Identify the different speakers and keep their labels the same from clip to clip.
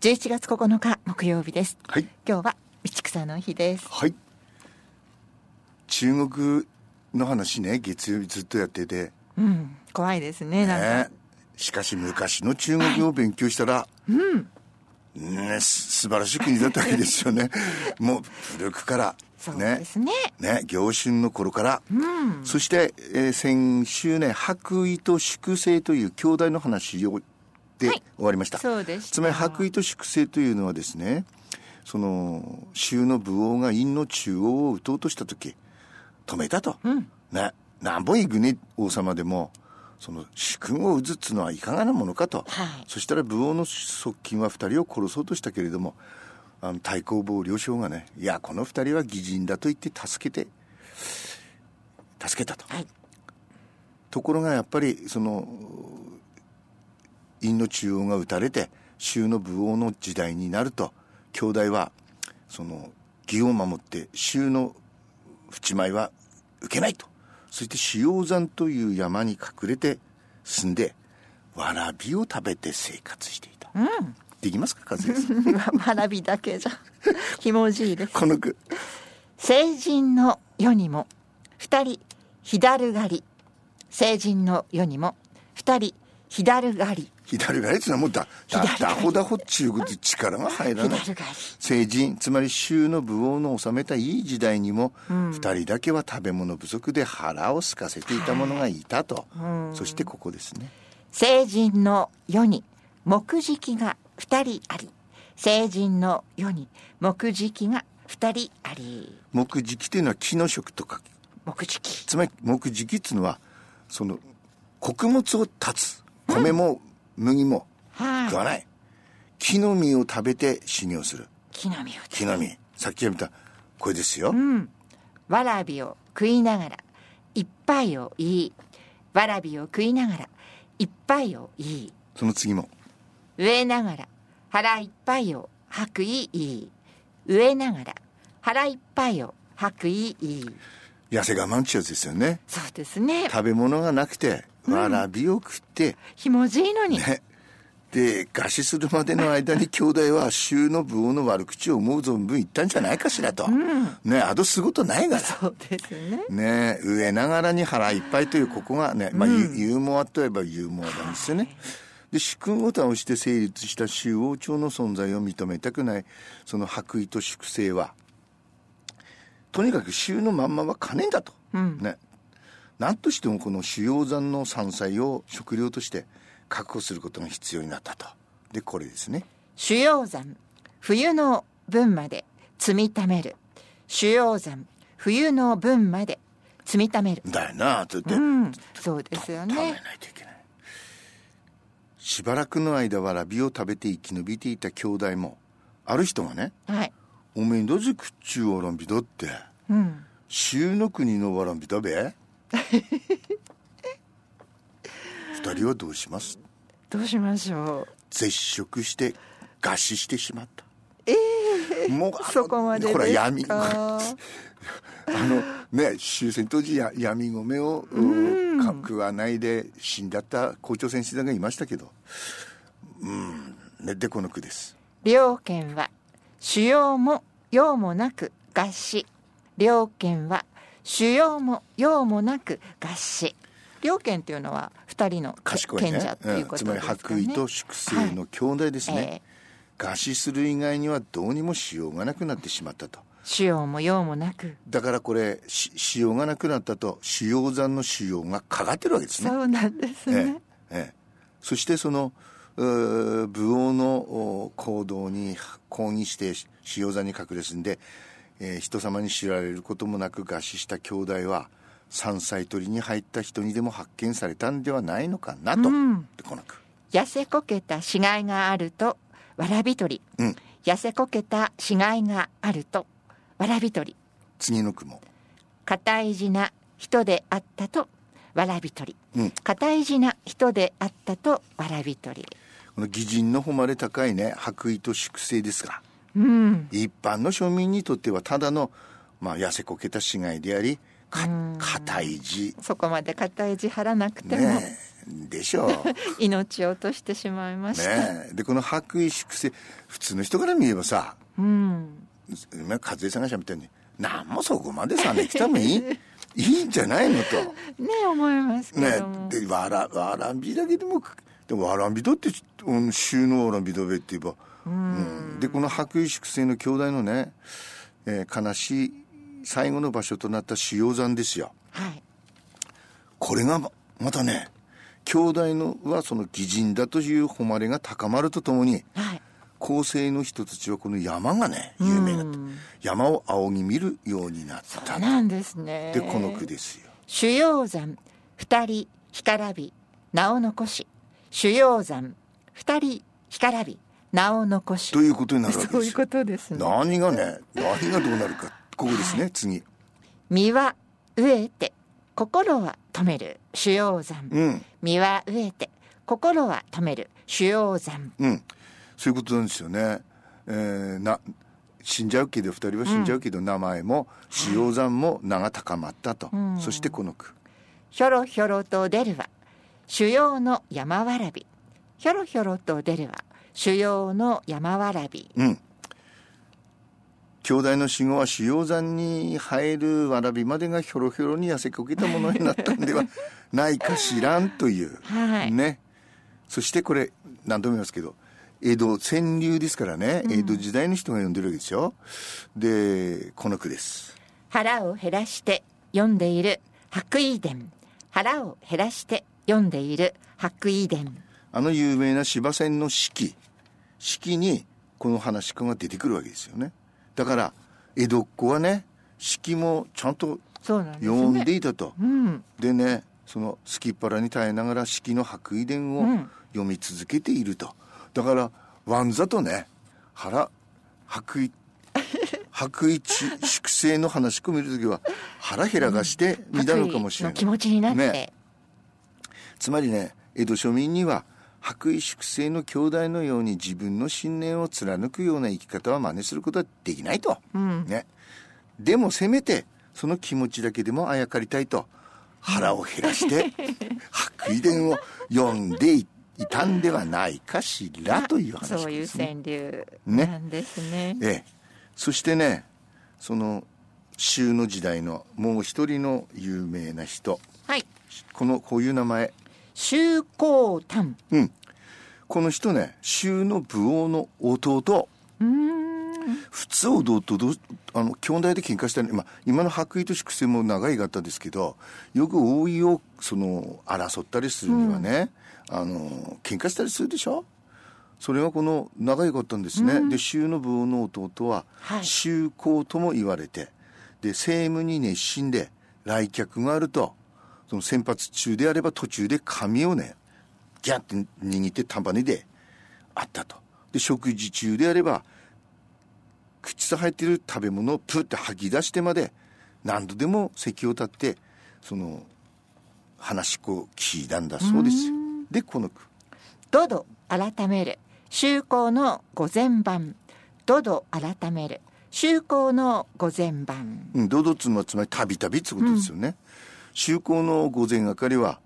Speaker 1: 11月9日木曜日です。
Speaker 2: はい
Speaker 1: 今日は道草の日です。
Speaker 2: はい中国の話ね月曜日ずっとやってて
Speaker 1: うん、怖いですね。なんか、
Speaker 2: ねしかし昔の中国語を勉強したら、ねす 素晴らしい国だったわけですよねもう古くから
Speaker 1: そう
Speaker 2: ね
Speaker 1: ですね。
Speaker 2: ね、行春の頃から、そして、えー先週ね白衣と粛清という兄弟の話をで、
Speaker 1: はい
Speaker 2: 終わりました
Speaker 1: そうでした
Speaker 2: つまり白衣と粛清というのはですねその州の武王が院の中央を撃とうとした時止めたと、ねなんぼいい国王様でもその主君を撃つっつのはいかがなものかと、
Speaker 1: はい
Speaker 2: そしたら武王の側近は2人を殺そうとしたけれどもあの太公望両将がねいやこの2人は義人だと言って助けて助けたと、
Speaker 1: はい
Speaker 2: ところがやっぱりその院の中央が撃たれて州の武王の時代になると兄弟はその義を守って州の淵米は受けないとそして塩王山という山に隠れて住んでわらびを食べて生活していた、できますか和也さ ん
Speaker 1: 学びだけじゃ。ひもじいです。
Speaker 2: この句
Speaker 1: 成人の世にも二人左狩り成人の世にも二人左狩り
Speaker 2: 左がやつのはもうだだ
Speaker 1: 左が
Speaker 2: だほだほっちゅうことで力が入らない
Speaker 1: 左狩り
Speaker 2: 成人つまり州の武王の治めたいい時代にも二人だけは食べ物不足で腹を空かせていた者がいたと、そしてここですね
Speaker 1: 成人の世に木敷が二人あり成人の世に木敷が二人あり
Speaker 2: 木敷というのは木の食とか
Speaker 1: 木敷
Speaker 2: つまり木敷っていうのはその穀物を断つ米も麦も
Speaker 1: はい
Speaker 2: 食わない、木の実を食べて修行する
Speaker 1: 木の実を
Speaker 2: 木の実さっき見たこれですよ、
Speaker 1: わらびを食いながら一杯を言いわらびを食いながら一杯を言い
Speaker 2: その次も
Speaker 1: 植えながら腹いっぱいを吐くいい植えながら腹いっぱいを吐くいい
Speaker 2: 痩せ我慢中ですよね
Speaker 1: そうですね
Speaker 2: 食べ物がなくてわらびを食って、
Speaker 1: ひもじいのに、
Speaker 2: ねで餓死するまでの間に兄弟は衆の武王の悪口を思う存分言ったんじゃないかしらと、ねあとすることないから
Speaker 1: そうですね
Speaker 2: ね上ながらに腹いっぱいというここがね、まあユユーモアといえばユーモアなんですよね。で主君を倒して成立した周王朝の存在を認めたくないその白衣と粛清はとにかく衆のまんまは金だと、ね何としてもこの主要山の山菜を食料として確保することが必要になったとでこれですね
Speaker 1: 主要山冬の分まで積みためる主要山冬の分まで積みためる
Speaker 2: だよなとって、
Speaker 1: うんそうですよ
Speaker 2: 食べ
Speaker 1: ね
Speaker 2: ないといけないしばらくの間はラビを食べて生き延びていた兄弟もある人がね
Speaker 1: はい
Speaker 2: 「おめえなぜ食っちゅうわらんびだ」って
Speaker 1: うん
Speaker 2: 「州の国のわらんびだべ」 二人はどうします
Speaker 1: どうしましょう
Speaker 2: 絶食して餓死してしまったええもうあの
Speaker 1: そこまでです
Speaker 2: ほ
Speaker 1: から
Speaker 2: 闇あのね終戦当時や闇米をうんか食わないで死んだった校長先生がいましたけどうんねでこの句です
Speaker 1: 両県は主要も用もなく合死両県は主要も用もなく合死両県というのは二人の
Speaker 2: 賢いね
Speaker 1: 賢者ということ
Speaker 2: つま
Speaker 1: で
Speaker 2: り
Speaker 1: すかね、
Speaker 2: 白衣と粛清の兄弟ですね、
Speaker 1: はいえ
Speaker 2: 餓死する以外にはどうにもしようがなくなってしまったと
Speaker 1: 主要も用もなく
Speaker 2: だからこれししようがなくなったと使用山の使用がかかってるわけですね
Speaker 1: そうなんです
Speaker 2: え
Speaker 1: ね、
Speaker 2: えええ、そしてそのうー武王のお行動に抗議して塩座に隠れ住んで、えー人様に知られることもなく餓死した兄弟は山菜取りに入った人にでも発見されたんではないのかなと、でこの句
Speaker 1: 痩せこけた死骸があるとわらび取り、
Speaker 2: うん
Speaker 1: 痩せこけた死骸があるとわらび取り
Speaker 2: 次の句も
Speaker 1: 堅い地な人であったとわらび取り、
Speaker 2: うん
Speaker 1: 堅い地な人であったとわらび取り
Speaker 2: この義人の誉れ高いね白衣と粛清ですが
Speaker 1: うん
Speaker 2: 一般の庶民にとってはただの、まあ、痩せこけた死骸でありか硬い字
Speaker 1: そこまで硬い字張らなくても、
Speaker 2: ねえでしょう
Speaker 1: 命を落としてしまいました、
Speaker 2: ねえでこの白衣粛清普通の人から見ればさ
Speaker 1: うん
Speaker 2: 今和江さんがしゃべったように何もそこまでさねきた もいいいいんじゃないのと。
Speaker 1: ね思いますけ
Speaker 2: ね
Speaker 1: ども、
Speaker 2: でわらわらびだけでもでもわらびだって、うん、収納わらびだべって言えば、うんでこの白衣粛清の兄弟のね、えー悲しい最後の場所となった塩山ですよ
Speaker 1: はい
Speaker 2: これがままたね兄弟のはその義人だという誉れが高まるとともに
Speaker 1: はい
Speaker 2: 後世の人たちはこの山がね有名になった、山を仰ぎ見るようになった
Speaker 1: そうなんですね
Speaker 2: でこの句ですよ
Speaker 1: 主要山二人干からび名を残し主要山二人干からび名を残し
Speaker 2: ということになるわけです
Speaker 1: そ
Speaker 2: よ
Speaker 1: ういうことですね
Speaker 2: 何がね何がどうなるかここですね次
Speaker 1: 身は飢えて心は止める主要山、
Speaker 2: うん
Speaker 1: 身は飢えて心は止める主要山
Speaker 2: うんそういうことなんですよね、えーな死んじゃうけど2人は死んじゃうけど、名前も塩山も名が高まったと、そしてこの句
Speaker 1: ひょろひょろと出るは主要の山わらびひょろひょろと出るは主要の山わらび
Speaker 2: うん兄弟の死後は塩山に生えるわらびまでがひょろひょろに痩せこけたものになったん ではないかしらんという、
Speaker 1: はい
Speaker 2: ねそしてこれ何度も言いますけど江戸川柳ですからね、江戸時代の人が読んでるわけですよでこの句です
Speaker 1: 腹を減らして読んでいる白衣伝腹を減らして読んでいる白衣伝
Speaker 2: あの有名な芝線の四季四季にこの話し家が出てくるわけですよねだから江戸っ子はね四季もちゃんと
Speaker 1: そうなんです
Speaker 2: 読
Speaker 1: ね
Speaker 2: んでいたと、
Speaker 1: うん
Speaker 2: でねそのすきっ腹に耐えながら四季の白衣伝を
Speaker 1: ん
Speaker 2: 読み続けていると、だからわんざとね腹白 衣白衣ち粛清の話し込みる時は腹減らがして見たのかもしれな
Speaker 1: 白衣の
Speaker 2: い、
Speaker 1: 気持ちになって、
Speaker 2: ねつまりね江戸庶民には白衣粛清の兄弟のように自分の信念を貫くような生き方は真似することはできないと、ね、でもせめてその気持ちだけでもあやかりたいと腹を減らして 白衣伝を読んでいたんではないかしらという話です、ね、
Speaker 1: そういう川柳なんですね
Speaker 2: ええ、そしてねその州の時代のもう一人の有名な人
Speaker 1: はい
Speaker 2: このこういう名前
Speaker 1: 周公丹
Speaker 2: この人ね州の武王の弟普通弟とどうあの兄弟で喧嘩したり、まあ、今の白衣と粛清も長い方ですけどよく王位をその争ったりするにはね、あの喧嘩したりするでしょそれはこの長い方ですね、で州の武王の弟は
Speaker 1: はい
Speaker 2: 州公とも言われて、で政務に熱心で来客があるとその先発中であれば途中で髪をねギャンって握って束ねであったとで食事中であれば口さ入ってる食べ物をプッて吐き出してまで何度でも席を立ってその話し子を聞いたんだそうですよでこの句
Speaker 1: ドド改める修行の御前番ドド改める修行の御前番
Speaker 2: うん、堂々つまつまりたびたびってことですよね。就航の午前係は、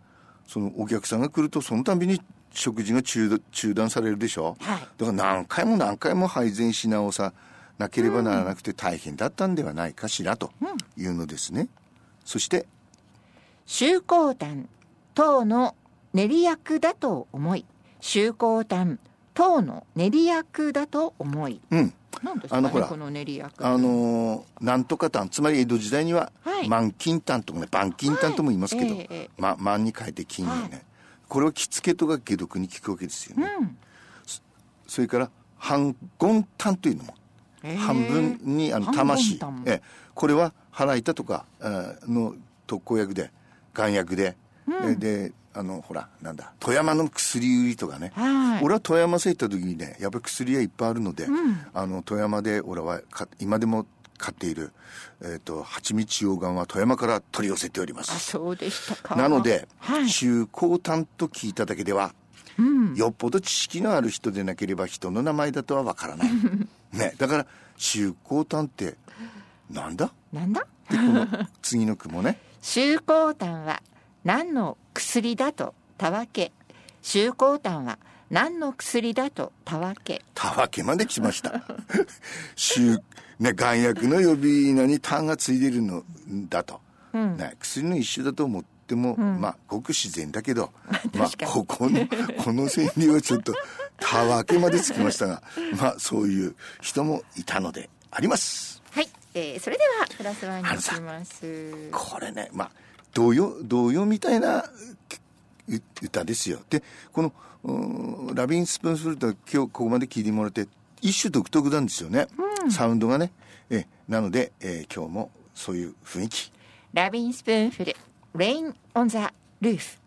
Speaker 2: そのお客さんが来ると、そのたびに食事が中断中断されるでしょ、
Speaker 1: はい
Speaker 2: だから何回も何回も配膳し直さなければならなくて大変だったんではないかしらというのですね。そして、
Speaker 1: 修行丹党の練り役だと思い修行丹党の練り役だと思い
Speaker 2: うん、
Speaker 1: 何です
Speaker 2: あ
Speaker 1: かね
Speaker 2: のほら
Speaker 1: この練り役
Speaker 2: あのーなんとか炭つまり江戸時代には
Speaker 1: はい
Speaker 2: 満金炭とかね板金炭とも言いますけど、
Speaker 1: はいええええ
Speaker 2: ま、満に変えて金にね、
Speaker 1: はい
Speaker 2: これを着付けとか解毒に効くわけですよね、
Speaker 1: うん
Speaker 2: それから半ン炭というのも
Speaker 1: えー
Speaker 2: 半分にあの
Speaker 1: 半
Speaker 2: 魂
Speaker 1: 分単
Speaker 2: ええこれは腹板とかえーの特効薬で丸薬で、えであのほらなんだ富山の薬売りとかね、
Speaker 1: はい
Speaker 2: 俺は富山市行った時にねやっぱり薬屋いっぱいあるので、あの富山で俺はか今でも買っている、えー、と蜂蜜溶岩は富山から取り寄せておりま
Speaker 1: あ
Speaker 2: す
Speaker 1: そうでしたか
Speaker 2: なので、
Speaker 1: はい、
Speaker 2: 中高端と聞いただけでは、よっぽど知識のある人でなければ人の名前 だとはわからない。ね、だから、中高端って、なんだ
Speaker 1: なんだ
Speaker 2: でこの次の句もね
Speaker 1: 周公炭は何の薬だとたわけ周公炭は何の薬だとたわけ
Speaker 2: たわけまで来ました 周ね眼薬の呼び名に痰がついてるのだと、ね、薬の一種だと思っても、まあごく自然だけど、 まあ
Speaker 1: 確かに
Speaker 2: ここのこの川柳はちょっとたわけまでつきましたがまあそういう人もいたのであります
Speaker 1: はい、えー、それではプラスワンに行きます
Speaker 2: これねまあ童謡童謡みたいなう歌ですよでこのうんラビン・スプーンフルートは今日ここまで聴いてもらって一種独特なんですよね、サウンドがねえなので、えー今日もそういう雰囲気
Speaker 1: ラビンスプーンフルレイン・オン・ザ・ルーフ